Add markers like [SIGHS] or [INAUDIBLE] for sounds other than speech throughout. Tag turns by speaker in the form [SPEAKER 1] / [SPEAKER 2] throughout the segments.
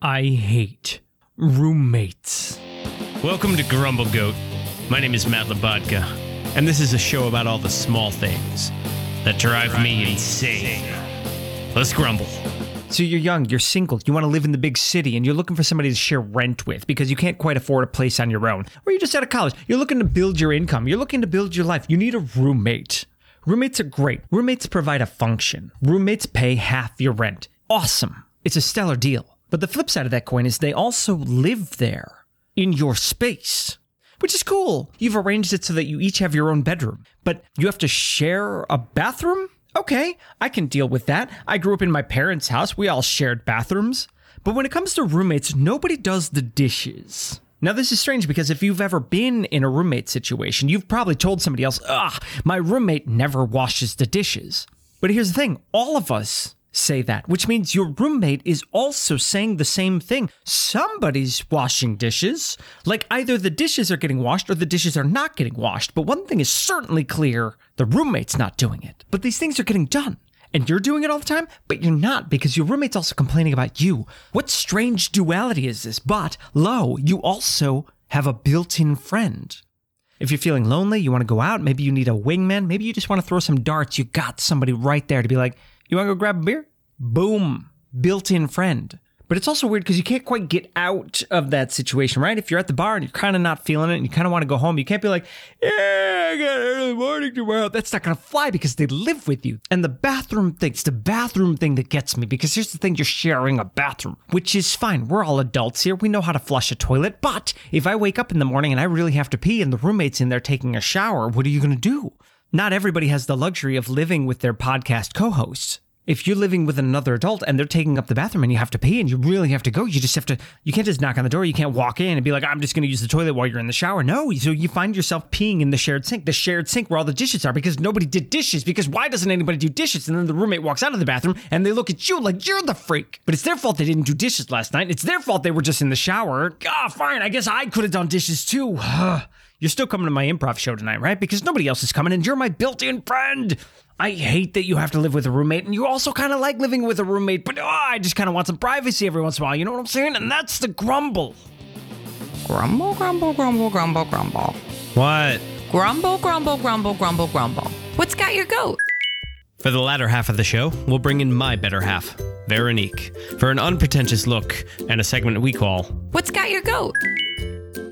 [SPEAKER 1] I hate roommates.
[SPEAKER 2] Welcome to Grumble Goat. My name is Matt Labodka, and this is a show about all the small things that drive me insane. Let's grumble.
[SPEAKER 1] So you're young, you're single, you want to live in the big city, and you're looking for somebody to share rent with because you can't quite afford a place on your own. Or you're just out of college, you're looking to build your income, you're looking to build your life. You need a roommate. Roommates are great. Roommates provide a function. Roommates pay half your rent. Awesome. It's a stellar deal. But the flip side of that coin is they also live there in your space. which is cool. You've arranged it so that you each have your own bedroom, but you have to share a bathroom? Okay, I can deal with that. I grew up in my parents' house, we all shared bathrooms. But when it comes to roommates, nobody does the dishes. Now, this is strange because if you've ever been in a roommate situation, you've probably told somebody else, ah, my roommate never washes the dishes. But here's the thing all of us say that, which means your roommate is also saying the same thing. Somebody's washing dishes. Like either the dishes are getting washed or the dishes are not getting washed. But one thing is certainly clear the roommate's not doing it. But these things are getting done. And you're doing it all the time, but you're not because your roommate's also complaining about you. What strange duality is this? But lo, you also have a built in friend. If you're feeling lonely, you want to go out, maybe you need a wingman, maybe you just want to throw some darts, you got somebody right there to be like, you want to go grab a beer? Boom, built in friend. But it's also weird because you can't quite get out of that situation, right? If you're at the bar and you're kind of not feeling it and you kind of want to go home, you can't be like, yeah, I got early morning tomorrow. That's not going to fly because they live with you. And the bathroom thing, it's the bathroom thing that gets me because here's the thing you're sharing a bathroom, which is fine. We're all adults here. We know how to flush a toilet. But if I wake up in the morning and I really have to pee and the roommate's in there taking a shower, what are you going to do? Not everybody has the luxury of living with their podcast co hosts if you're living with another adult and they're taking up the bathroom and you have to pee and you really have to go, you just have to, you can't just knock on the door. You can't walk in and be like, I'm just going to use the toilet while you're in the shower. No. So you find yourself peeing in the shared sink, the shared sink where all the dishes are because nobody did dishes. Because why doesn't anybody do dishes? And then the roommate walks out of the bathroom and they look at you like you're the freak. But it's their fault they didn't do dishes last night. It's their fault they were just in the shower. Ah, fine. I guess I could have done dishes too. [SIGHS] You're still coming to my improv show tonight, right? Because nobody else is coming and you're my built in friend. I hate that you have to live with a roommate and you also kind of like living with a roommate, but oh, I just kind of want some privacy every once in a while. You know what I'm saying? And that's the grumble.
[SPEAKER 3] Grumble, grumble, grumble, grumble, grumble.
[SPEAKER 2] What?
[SPEAKER 3] Grumble, grumble, grumble, grumble, grumble. What's got your goat?
[SPEAKER 2] For the latter half of the show, we'll bring in my better half, Veronique, for an unpretentious look and a segment we call
[SPEAKER 3] What's got your goat?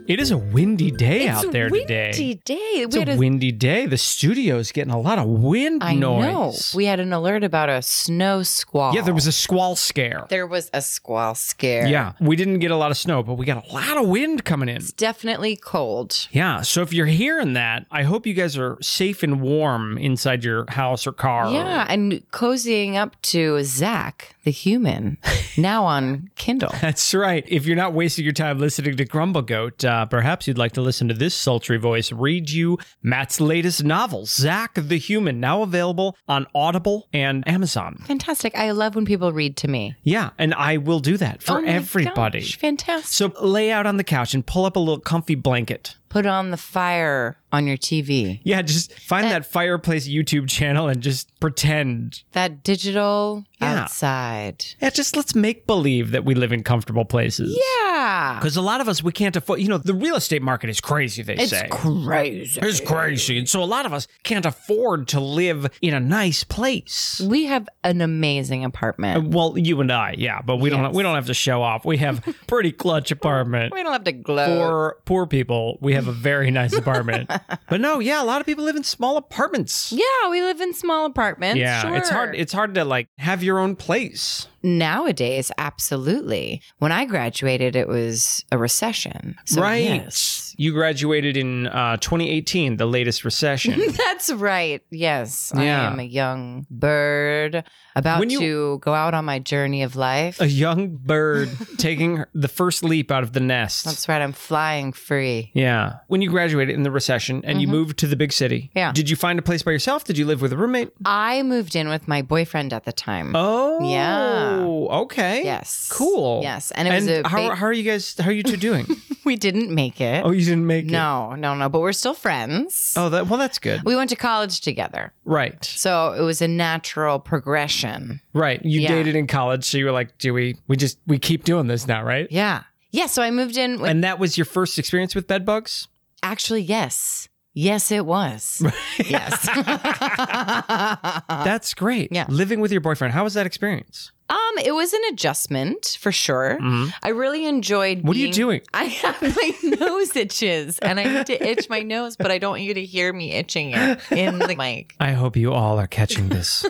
[SPEAKER 1] It is a windy day
[SPEAKER 3] It's
[SPEAKER 1] out there
[SPEAKER 3] windy
[SPEAKER 1] today.
[SPEAKER 3] day.
[SPEAKER 1] It's a windy day. The studio's getting a lot of wind
[SPEAKER 3] I
[SPEAKER 1] noise.
[SPEAKER 3] know. We had an alert about a snow squall.
[SPEAKER 1] yeah, there was a squall scare.
[SPEAKER 3] there was a squall scare.
[SPEAKER 1] Yeah, we didn't get a lot of snow, but we got a lot of wind coming in.
[SPEAKER 3] It's definitely cold.
[SPEAKER 1] Yeah, so if you're hearing that, I hope you guys are safe and warm inside your house or car.
[SPEAKER 3] Yeah, and cozying up to Zach,
[SPEAKER 1] [LAUGHS]
[SPEAKER 3] the human, now on Kindle.
[SPEAKER 1] That's right. If you're not wasting your time listening to Grumble Goat, uh, perhaps you'd like to listen to this sultry voice read you Matt's latest novel, Zack the Human, now available on Audible and Amazon.
[SPEAKER 3] Fantastic. I love when people read to me.
[SPEAKER 1] Yeah, and I will do that for
[SPEAKER 3] Oh my
[SPEAKER 1] everybody.
[SPEAKER 3] gosh, fantastic.
[SPEAKER 1] So lay out on the couch and pull up a little comfy blanket.
[SPEAKER 3] Put on the fire on your TV.
[SPEAKER 1] Yeah, just
[SPEAKER 3] Eh.
[SPEAKER 1] find that fireplace YouTube channel and just pretend.
[SPEAKER 3] That digital
[SPEAKER 1] Yeah.
[SPEAKER 3] outside.
[SPEAKER 1] Yeah, just let's make believe that we live in comfortable places.
[SPEAKER 3] Yeah.
[SPEAKER 1] Because a lot of us, we can't afford, you know, the real estate market is crazy, they
[SPEAKER 3] It's
[SPEAKER 1] say.
[SPEAKER 3] crazy.
[SPEAKER 1] It's crazy. And so a lot of us can't afford to live in a nice place.
[SPEAKER 3] We have an amazing apartment.
[SPEAKER 1] Well, you and I, yeah, but we don't
[SPEAKER 3] Yes.
[SPEAKER 1] we don't have to show off. We
[SPEAKER 3] [LAUGHS]
[SPEAKER 1] have pretty clutch apartment.
[SPEAKER 3] We don't have to glow.
[SPEAKER 1] For poor people, we have a very nice
[SPEAKER 3] [LAUGHS]
[SPEAKER 1] apartment. but no, yeah, a lot of people live in small apartments.
[SPEAKER 3] yeah, we live in small apartments.
[SPEAKER 1] yeah,
[SPEAKER 3] sure.
[SPEAKER 1] it's hard it's hard to like have your own place.
[SPEAKER 3] Nowadays, absolutely. When I graduated, it was a recession. So,
[SPEAKER 1] right.
[SPEAKER 3] yes. [LAUGHS]
[SPEAKER 1] You graduated in uh, 2018, the latest recession.
[SPEAKER 3] [LAUGHS] That's right. Yes.
[SPEAKER 1] Yeah.
[SPEAKER 3] I am a young bird about
[SPEAKER 1] When you-
[SPEAKER 3] to go out on my journey of life.
[SPEAKER 1] a young bird taking her- the first leap out of the nest.
[SPEAKER 3] That's right. I'm flying free.
[SPEAKER 1] Yeah. When you graduated in the recession and you moved to the big city,
[SPEAKER 3] Mm-hmm. Yeah.
[SPEAKER 1] did you find a place by yourself? Did you live with a roommate?
[SPEAKER 3] I moved in with my boyfriend at the time.
[SPEAKER 1] Oh,
[SPEAKER 3] Yeah.
[SPEAKER 1] Oh, okay.
[SPEAKER 3] Yes.
[SPEAKER 1] Cool.
[SPEAKER 3] Yes, and it was a
[SPEAKER 1] how,
[SPEAKER 3] big-
[SPEAKER 1] how are you guys? How are you two
[SPEAKER 3] [LAUGHS]
[SPEAKER 1] doing?
[SPEAKER 3] [LAUGHS] We didn't make it.
[SPEAKER 1] oh, you didn't make it.
[SPEAKER 3] no, no, no. But we're still friends.
[SPEAKER 1] Oh, that well, that's good.
[SPEAKER 3] We went to college together.
[SPEAKER 1] Right,
[SPEAKER 3] So it was a natural progression.
[SPEAKER 1] right. You
[SPEAKER 3] Yeah.
[SPEAKER 1] dated in college, so you were like, "Do we? We just we keep doing this now, right?"
[SPEAKER 3] Yeah. Yeah. So I moved in with
[SPEAKER 1] And that was your first experience with bed bugs.
[SPEAKER 3] actually, yes. Yes,
[SPEAKER 1] [LAUGHS]
[SPEAKER 3] it was. yes. [LAUGHS]
[SPEAKER 1] That's great.
[SPEAKER 3] Uh, yeah.
[SPEAKER 1] Living with your boyfriend, how was that experience?
[SPEAKER 3] um, it was an adjustment for sure. I really enjoyed
[SPEAKER 1] Mm-hmm. What are you
[SPEAKER 3] being-
[SPEAKER 1] doing?
[SPEAKER 3] [LAUGHS] I have my nose itches and I need to itch my nose, but I don't want you to hear me itching it in the mic.
[SPEAKER 1] I hope you all are catching
[SPEAKER 3] [LAUGHS]
[SPEAKER 1] this.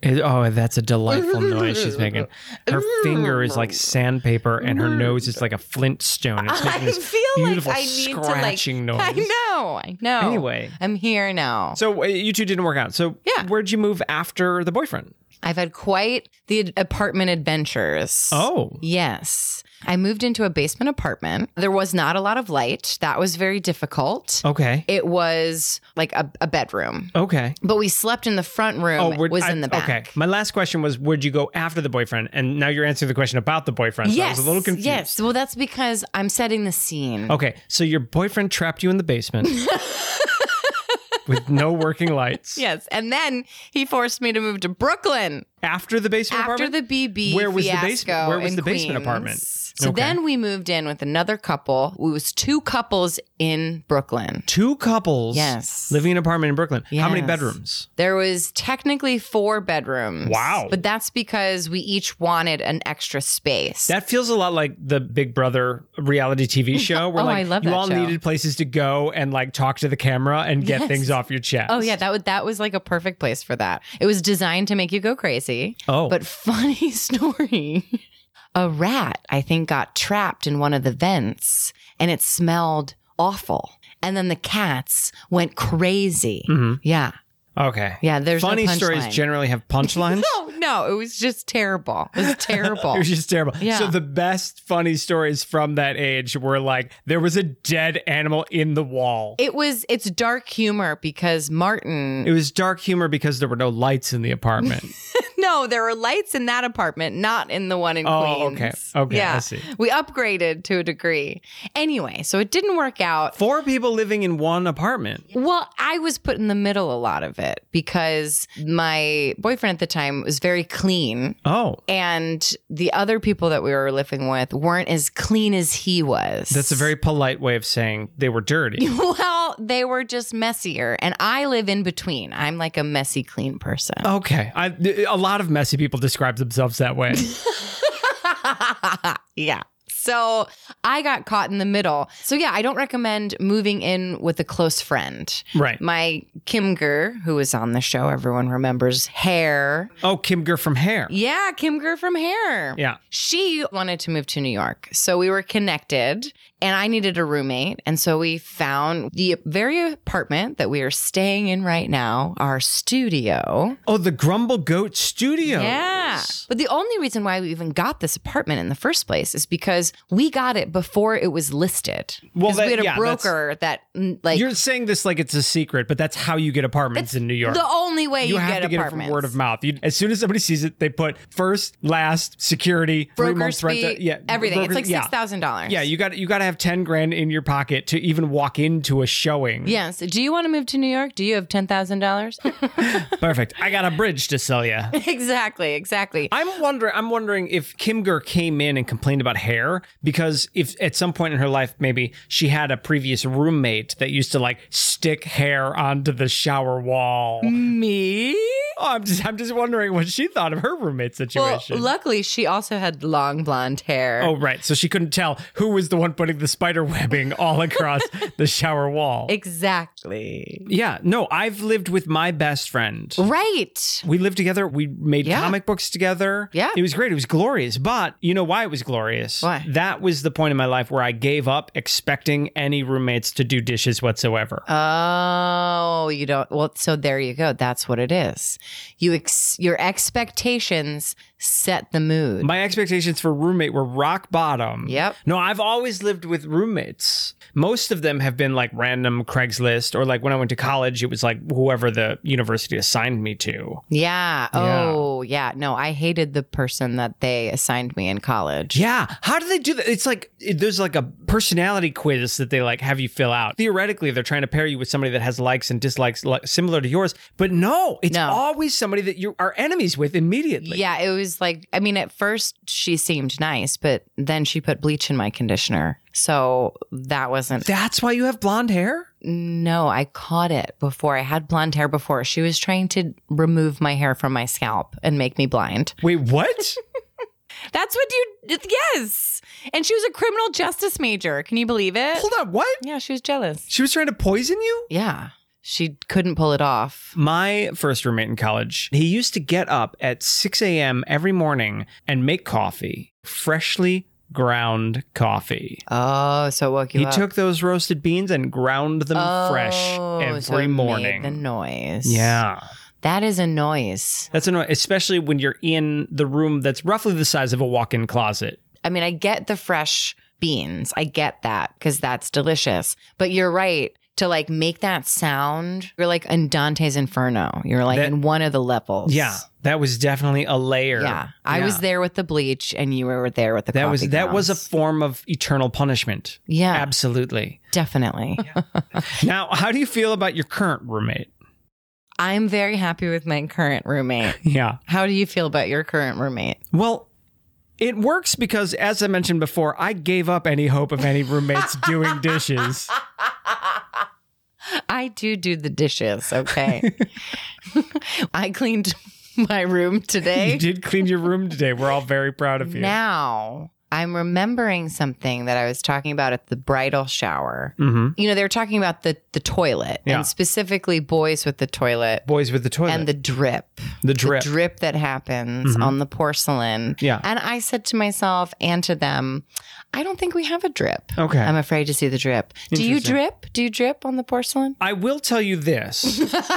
[SPEAKER 1] It- oh, that's a delightful noise she's making. Her finger is
[SPEAKER 3] [LAUGHS]
[SPEAKER 1] like sandpaper, and her nose is like a flintstone. It's making
[SPEAKER 3] I
[SPEAKER 1] this
[SPEAKER 3] feel like
[SPEAKER 1] beautiful
[SPEAKER 3] I need
[SPEAKER 1] scratching
[SPEAKER 3] to like,
[SPEAKER 1] noise.
[SPEAKER 3] I know, I know.
[SPEAKER 1] Anyway.
[SPEAKER 3] I'm here now.
[SPEAKER 1] So uh, you two didn't work out. So
[SPEAKER 3] Yeah.
[SPEAKER 1] where'd you move after the boyfriend?
[SPEAKER 3] I've had quite the ad- apartment adventures.
[SPEAKER 1] Oh,
[SPEAKER 3] Yes. I moved into a basement apartment. There was not a lot of light. That was very difficult.
[SPEAKER 1] okay,
[SPEAKER 3] It was like a, a bedroom,
[SPEAKER 1] okay.
[SPEAKER 3] but we slept in the front room,
[SPEAKER 1] Oh, we're-
[SPEAKER 3] was
[SPEAKER 1] I-
[SPEAKER 3] in the back.
[SPEAKER 1] Okay. My last question was, where'd you go after the boyfriend? And now you're answering the question about the boyfriend. So
[SPEAKER 3] Yes.
[SPEAKER 1] I was a little confused. Oh.
[SPEAKER 3] Yes. Well, that's because I'm setting the scene.
[SPEAKER 1] Okay, so your boyfriend trapped you in the
[SPEAKER 3] [LAUGHS]
[SPEAKER 1] basement with no working lights.
[SPEAKER 3] Yes. And then he forced me to move to Brooklyn
[SPEAKER 1] After the basement
[SPEAKER 3] after
[SPEAKER 1] apartment?
[SPEAKER 3] the BB
[SPEAKER 1] Where was the
[SPEAKER 3] fiasco
[SPEAKER 1] basement- where was
[SPEAKER 3] in
[SPEAKER 1] the basement apartment?
[SPEAKER 3] Queens. So
[SPEAKER 1] Okay.
[SPEAKER 3] then we moved in with another couple. It was two couples in Brooklyn.
[SPEAKER 1] two couples
[SPEAKER 3] Yes.
[SPEAKER 1] living in an apartment in Brooklyn. How many
[SPEAKER 3] Yes.
[SPEAKER 1] bedrooms?
[SPEAKER 3] There was technically four bedrooms.
[SPEAKER 1] Wow.
[SPEAKER 3] But that's because we each wanted an extra space.
[SPEAKER 1] That feels a lot like the Big Brother reality
[SPEAKER 3] [LAUGHS]
[SPEAKER 1] TV show where
[SPEAKER 3] Oh,
[SPEAKER 1] like
[SPEAKER 3] I love
[SPEAKER 1] you
[SPEAKER 3] that
[SPEAKER 1] all
[SPEAKER 3] show.
[SPEAKER 1] needed places to go and like talk to the camera and get
[SPEAKER 3] Yes.
[SPEAKER 1] things off your chest.
[SPEAKER 3] oh yeah, that would that was like a perfect place for that. It was designed to make you go crazy.
[SPEAKER 1] Oh.
[SPEAKER 3] But funny [LAUGHS] story. A rat, I think, got trapped in one of the vents and it smelled awful. And then the cats went crazy.
[SPEAKER 1] Mm-hmm.
[SPEAKER 3] Yeah.
[SPEAKER 1] Okay.
[SPEAKER 3] Yeah. There's no
[SPEAKER 1] Funny stories
[SPEAKER 3] punchline.
[SPEAKER 1] generally have
[SPEAKER 3] [LAUGHS]
[SPEAKER 1] punchlines.
[SPEAKER 3] No, Oh, no, it was just terrible.
[SPEAKER 1] [LAUGHS]
[SPEAKER 3] It was terrible.
[SPEAKER 1] It was just terrible.
[SPEAKER 3] Yeah.
[SPEAKER 1] So the best funny stories from that age were like there was a dead animal in the wall.
[SPEAKER 3] it was it's dark humor because Martin
[SPEAKER 1] It was dark humor because there were no lights in the
[SPEAKER 3] [LAUGHS]
[SPEAKER 1] apartment.
[SPEAKER 3] No, there were lights in that apartment, not in the one in
[SPEAKER 1] Oh,
[SPEAKER 3] Queens.
[SPEAKER 1] okay. Okay, I
[SPEAKER 3] Yeah.
[SPEAKER 1] see.
[SPEAKER 3] We upgraded to a degree. Anyway, so it didn't work out.
[SPEAKER 1] Four people living in one apartment.
[SPEAKER 3] Well, I was put in the middle a lot of it because my boyfriend at the time was very clean.
[SPEAKER 1] Oh,
[SPEAKER 3] And the other people that we were living with weren't as clean as he was.
[SPEAKER 1] that's a very polite way of saying they were dirty.
[SPEAKER 3] [LAUGHS] well, they were just messier. And I live in between. I'm like a messy, clean person.
[SPEAKER 1] Okay, I, a lot of messy people describe themselves that
[SPEAKER 3] [LAUGHS]
[SPEAKER 1] way.
[SPEAKER 3] yeah. So I got caught in the middle. So yeah, I don't recommend moving in with a close friend.
[SPEAKER 1] Right.
[SPEAKER 3] My Kimger, who was on the show, everyone remembers Hair.
[SPEAKER 1] Oh, Kim Ger from Hair.
[SPEAKER 3] Yeah, Kimger from Hair.
[SPEAKER 1] Yeah.
[SPEAKER 3] She wanted to move to New York. So we were connected and I needed a roommate. And so we found the very apartment that we are staying in right now, our studio.
[SPEAKER 1] Oh, the Grumble Goat Studios.
[SPEAKER 3] Yeah. But the only reason why we even got this apartment in the first place is because we got it before it was listed.
[SPEAKER 1] Well,
[SPEAKER 3] Because
[SPEAKER 1] that-
[SPEAKER 3] we had a
[SPEAKER 1] yeah, that's-
[SPEAKER 3] broker that, mm, like,
[SPEAKER 1] You're saying this like it's a secret, but that's how you get apartments in New York.
[SPEAKER 3] the only way you,
[SPEAKER 1] you have
[SPEAKER 3] get
[SPEAKER 1] to get
[SPEAKER 3] apartments.
[SPEAKER 1] it from word of mouth. You, as soon as somebody sees it, they put first, last, security, three
[SPEAKER 3] Broker's
[SPEAKER 1] months rent.
[SPEAKER 3] fee,
[SPEAKER 1] yeah,
[SPEAKER 3] everything.
[SPEAKER 1] broker-
[SPEAKER 3] it's like
[SPEAKER 1] yeah.
[SPEAKER 3] $6,000.
[SPEAKER 1] Yeah, you got you got to have ten grand in your pocket to even walk into a showing.
[SPEAKER 3] Yes. Do you want to move to New York? Do you
[SPEAKER 1] [LAUGHS]
[SPEAKER 3] have $10,000?
[SPEAKER 1] Perfect. I got a bridge to sell you.
[SPEAKER 3] [LAUGHS] exactly. Exactly.
[SPEAKER 1] I'm wondering. I'm wondering if Kim Ger came in and complained about hair because if at some point in her life maybe she had a previous roommate that used to like stick hair onto the shower wall.
[SPEAKER 3] Mm. Me?
[SPEAKER 1] Oh, I'm just I'm just wondering what she thought of her roommate
[SPEAKER 3] Well,
[SPEAKER 1] situation.
[SPEAKER 3] luckily, she also had long blonde hair.
[SPEAKER 1] Oh, right. So she couldn't tell who was the one putting the spider webbing all across the shower wall.
[SPEAKER 3] Exactly.
[SPEAKER 1] yeah. No, I've lived with my best friend.
[SPEAKER 3] Right.
[SPEAKER 1] We lived together. We made
[SPEAKER 3] Yeah.
[SPEAKER 1] comic books together.
[SPEAKER 3] Yeah.
[SPEAKER 1] It was great. It was glorious. But you know why it was glorious?
[SPEAKER 3] Why?
[SPEAKER 1] That was the point in my life where I gave up expecting any roommates to do dishes whatsoever.
[SPEAKER 3] Oh, you don't. Well, so there you go. That's what it is. You ex- your expectations set the mood.
[SPEAKER 1] My expectations for roommate were rock bottom.
[SPEAKER 3] Yep.
[SPEAKER 1] No, I've always lived with roommates. Most of them have been like random Craigslist or like when I went to college, it was like whoever the university assigned me to.
[SPEAKER 3] yeah.
[SPEAKER 1] Yeah.
[SPEAKER 3] Oh, yeah. No, I hated the person that they assigned me in college.
[SPEAKER 1] Yeah. How do they do that? It's like it- there's like a personality quiz that they like have you fill out. Theoretically, they're trying to pair you with somebody that has likes and dislikes li- similar to yours, but no, it's
[SPEAKER 3] No.
[SPEAKER 1] always somebody that you are enemies with immediately.
[SPEAKER 3] Yeah, it was like I mean, at first she seemed nice, but then she put bleach in my conditioner, so that wasn't.
[SPEAKER 1] That's why you have blonde hair?
[SPEAKER 3] No, I caught it before. I had blonde hair before. She was trying to remove my hair from my scalp and make me blind.
[SPEAKER 1] Wait, what?
[SPEAKER 3] [LAUGHS] That's what you. Yes, and she was a criminal justice major. Can you believe it?
[SPEAKER 1] Hold on, what?
[SPEAKER 3] Yeah, she was jealous.
[SPEAKER 1] She was trying to poison you?
[SPEAKER 3] Yeah, she couldn't pull it off.
[SPEAKER 1] My first roommate in college, he used to get up at 6 a.m. every morning and make coffee, freshly ground coffee.
[SPEAKER 3] Oh, so it woke you
[SPEAKER 1] He
[SPEAKER 3] up.
[SPEAKER 1] took those roasted beans and ground them fresh
[SPEAKER 3] Oh,
[SPEAKER 1] every
[SPEAKER 3] so it made
[SPEAKER 1] morning.
[SPEAKER 3] the noise.
[SPEAKER 1] yeah.
[SPEAKER 3] that is a noise.
[SPEAKER 1] That's annoying, especially when you're in the room that's roughly the size of a walk in closet.
[SPEAKER 3] I mean, I get the fresh beans. I get that because that's delicious. But you're right to like make that sound. You're like in Dante's Inferno. You're like
[SPEAKER 1] That-
[SPEAKER 3] in one of the levels.
[SPEAKER 1] Yeah. That was definitely a layer.
[SPEAKER 3] Yeah. I was
[SPEAKER 1] Yeah.
[SPEAKER 3] there with the bleach and you were there with the
[SPEAKER 1] That
[SPEAKER 3] coffee
[SPEAKER 1] was that was a
[SPEAKER 3] grounds.
[SPEAKER 1] form of eternal punishment.
[SPEAKER 3] yeah,
[SPEAKER 1] Absolutely. [LAUGHS]
[SPEAKER 3] definitely.
[SPEAKER 1] Now, how do you feel about your current roommate?
[SPEAKER 3] I'm very happy with my current roommate.
[SPEAKER 1] Yeah.
[SPEAKER 3] How do you feel about your current roommate?
[SPEAKER 1] Well, it works because, as I mentioned before, I gave up any hope of any roommates doing
[SPEAKER 3] [LAUGHS]
[SPEAKER 1] dishes.
[SPEAKER 3] I do do the dishes, okay. [LAUGHS] I cleaned my room
[SPEAKER 1] [LAUGHS]
[SPEAKER 3] today.
[SPEAKER 1] You did clean your room today. We're all very proud of you.
[SPEAKER 3] Now I'm remembering something that I was talking about at the bridal shower.
[SPEAKER 1] mm-hmm.
[SPEAKER 3] You know, they were talking about the the toilet
[SPEAKER 1] Yeah.
[SPEAKER 3] and specifically boys with the toilet
[SPEAKER 1] Boys with the toilet
[SPEAKER 3] and the drip,
[SPEAKER 1] the drip.
[SPEAKER 3] the drip that happens on the porcelain.
[SPEAKER 1] Mm-hmm. Yeah.
[SPEAKER 3] And I said to myself and to them, I don't think we have a drip.
[SPEAKER 1] Okay.
[SPEAKER 3] I'm afraid to see the drip. Do you
[SPEAKER 1] Interesting.
[SPEAKER 3] drip? Do you drip on the porcelain?
[SPEAKER 1] I will tell you this.
[SPEAKER 3] [LAUGHS]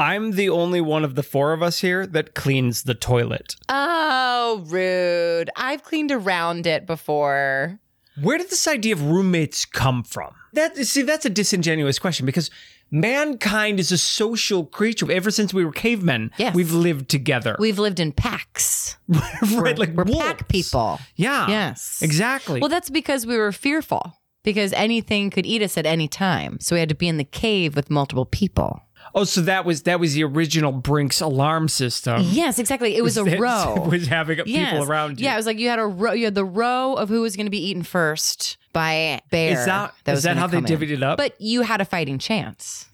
[SPEAKER 1] I'm the only one of the four of us here that cleans the toilet.
[SPEAKER 3] Oh, rude. I've cleaned around it before.
[SPEAKER 1] Where did this idea of roommates come from? That see, that's a disingenuous question because mankind is a social creature. Ever since we were cavemen,
[SPEAKER 3] Yes.
[SPEAKER 1] we've lived together.
[SPEAKER 3] We've lived in packs.
[SPEAKER 1] [LAUGHS] right, like
[SPEAKER 3] We're
[SPEAKER 1] wolves.
[SPEAKER 3] pack people.
[SPEAKER 1] Yeah.
[SPEAKER 3] Yes.
[SPEAKER 1] Exactly.
[SPEAKER 3] Well, that's because we were fearful because anything could eat us at any time. So we had to be in the cave with multiple people.
[SPEAKER 1] oh, so that was that was the original Brinks alarm system.
[SPEAKER 3] Yes, exactly. It was
[SPEAKER 1] [LAUGHS]
[SPEAKER 3] a
[SPEAKER 1] That
[SPEAKER 3] row.
[SPEAKER 1] Mm-hmm. was having
[SPEAKER 3] Yes.
[SPEAKER 1] people around you.
[SPEAKER 3] Yeah, it was like you had a row. You had the row of who was going to be eaten first by bear.
[SPEAKER 1] Is that-
[SPEAKER 3] was
[SPEAKER 1] is that
[SPEAKER 3] gonna
[SPEAKER 1] how they
[SPEAKER 3] come in.
[SPEAKER 1] divvied it up?
[SPEAKER 3] But you had a
[SPEAKER 1] [LAUGHS]
[SPEAKER 3] fighting chance.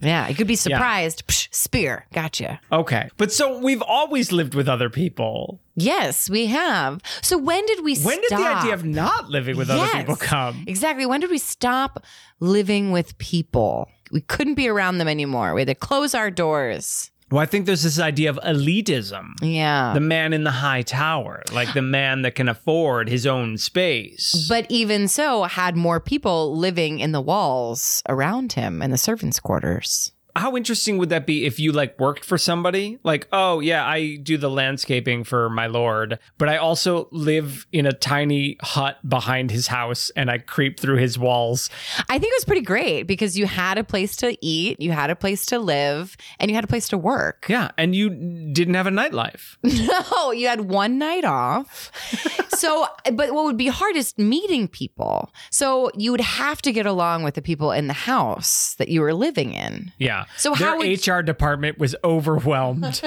[SPEAKER 3] yeah, you could be surprised. Psh, spear, gotcha.
[SPEAKER 1] Okay. But so we've always lived with other people.
[SPEAKER 3] Yes, we have. So when did we?
[SPEAKER 1] When did the
[SPEAKER 3] stop?
[SPEAKER 1] idea of not living with
[SPEAKER 3] Yes.
[SPEAKER 1] other people come?
[SPEAKER 3] Exactly. When did we stop living with people? We couldn't be around them anymore. We had to close our doors.
[SPEAKER 1] Well, I think there's this idea of elitism.
[SPEAKER 3] Yeah.
[SPEAKER 1] The man in the high tower, like the man that can afford his own space.
[SPEAKER 3] but even so, had more people living in the walls around him in the servants' quarters.
[SPEAKER 1] How interesting would that be if you like worked for somebody? Like, oh yeah, I do the landscaping for my lord, but I also live in a tiny hut behind his house and I creep through his walls.
[SPEAKER 3] I think it was pretty great because you had a place to eat, you had a place to live, and you had a place to work. [LAUGHS]
[SPEAKER 1] Yeah, and you didn't have a nightlife.
[SPEAKER 3] No, you had one night
[SPEAKER 1] [LAUGHS]
[SPEAKER 3] off. so, but what would be hard is meeting people. So, you would have to get along with the people in the house that you were living in.
[SPEAKER 1] Yeah.
[SPEAKER 3] So
[SPEAKER 1] their
[SPEAKER 3] how would-
[SPEAKER 1] HR department was
[SPEAKER 3] [LAUGHS]
[SPEAKER 1] overwhelmed.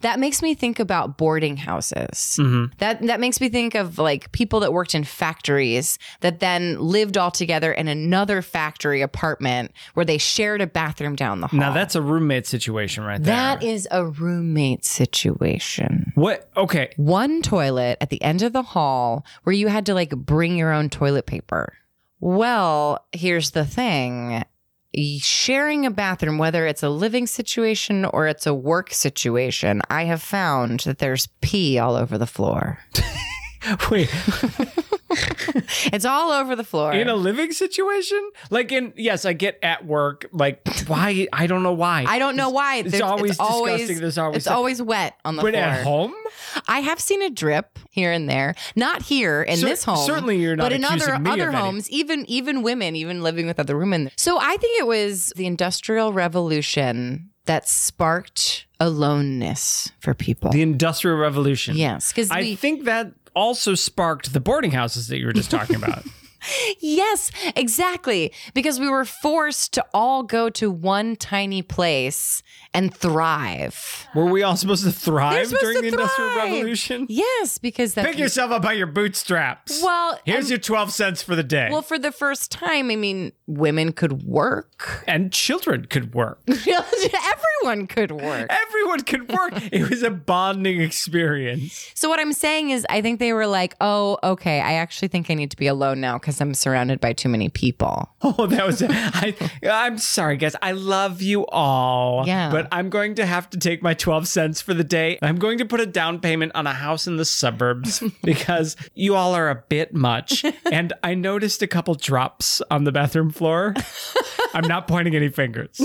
[SPEAKER 3] That makes me think about boarding houses.
[SPEAKER 1] hmm
[SPEAKER 3] That that makes me think of like people that worked in factories that then lived all together in another factory apartment where they shared a bathroom down the hall.
[SPEAKER 1] Now that's a roommate situation right there.
[SPEAKER 3] that is a roommate situation.
[SPEAKER 1] what [LAUGHS] okay.
[SPEAKER 3] One toilet at the end of the hall where you had to like bring your own toilet paper. Well, here's the thing. Sharing a bathroom, whether it's a living situation or it's a work situation, I have found that there's pee all over the floor.
[SPEAKER 1] Wait.
[SPEAKER 3] It's all over the floor.
[SPEAKER 1] in a living situation? Like in yes, I get at work. Like why? I don't know why.
[SPEAKER 3] I don't know why.
[SPEAKER 1] It's,
[SPEAKER 3] There's-
[SPEAKER 1] always
[SPEAKER 3] always-
[SPEAKER 1] disgusting. There's always
[SPEAKER 3] it's always wet on the
[SPEAKER 1] but
[SPEAKER 3] floor.
[SPEAKER 1] at home.
[SPEAKER 3] I have seen a drip here and there, not here in
[SPEAKER 1] Cer-
[SPEAKER 3] this home.
[SPEAKER 1] certainly you're not
[SPEAKER 3] but in
[SPEAKER 1] accusing
[SPEAKER 3] other
[SPEAKER 1] me
[SPEAKER 3] other
[SPEAKER 1] of any.
[SPEAKER 3] homes, even even women, even living with other women. So I think it was the industrial revolution that sparked aloneness for people.
[SPEAKER 1] The Industrial Revolution.
[SPEAKER 3] yes, because
[SPEAKER 1] I
[SPEAKER 3] we
[SPEAKER 1] think that also sparked the boarding houses that you were just talking about.
[SPEAKER 3] yes exactly because we were forced to all go to one tiny place and thrive.
[SPEAKER 1] [LAUGHS] were we all supposed to
[SPEAKER 3] They're
[SPEAKER 1] thrive
[SPEAKER 3] supposed
[SPEAKER 1] during
[SPEAKER 3] to
[SPEAKER 1] the Industrial
[SPEAKER 3] thrive.
[SPEAKER 1] Revolution?
[SPEAKER 3] Yes, because that
[SPEAKER 1] Pick yourself up by your bootstraps.
[SPEAKER 3] well
[SPEAKER 1] Here's
[SPEAKER 3] and-
[SPEAKER 1] your 12 cents for the day.
[SPEAKER 3] well for the first time. I mean, women could work. [LAUGHS]
[SPEAKER 1] [LAUGHS] and children could [LAUGHS] work.
[SPEAKER 3] Everyone could work.
[SPEAKER 1] Everyone could work. it was a bonding experience.
[SPEAKER 3] So what I'm saying is I think they were like, "Oh, okay, I actually think I need to be alone now cuz I'm surrounded by too many people."
[SPEAKER 1] [LAUGHS] Oh, that was it. I, I'm sorry, guys. I love you all.
[SPEAKER 3] Yeah.
[SPEAKER 1] But I'm going to have to take my 12 cents for the day. I'm going to put a down payment on a house in the suburbs because you all are a bit much. And I noticed a couple drops on the bathroom floor. I'm not pointing any fingers.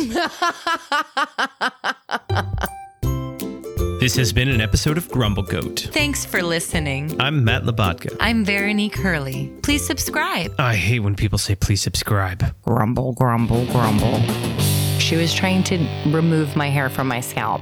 [SPEAKER 2] This has been an episode of Grumble Goat.
[SPEAKER 4] Thanks for listening.
[SPEAKER 2] I'm Matt Labatka.
[SPEAKER 4] I'm Veronique Hurley. Please subscribe.
[SPEAKER 2] I hate when people say please subscribe.
[SPEAKER 3] Grumble, grumble, grumble. She was trying to remove my hair from my scalp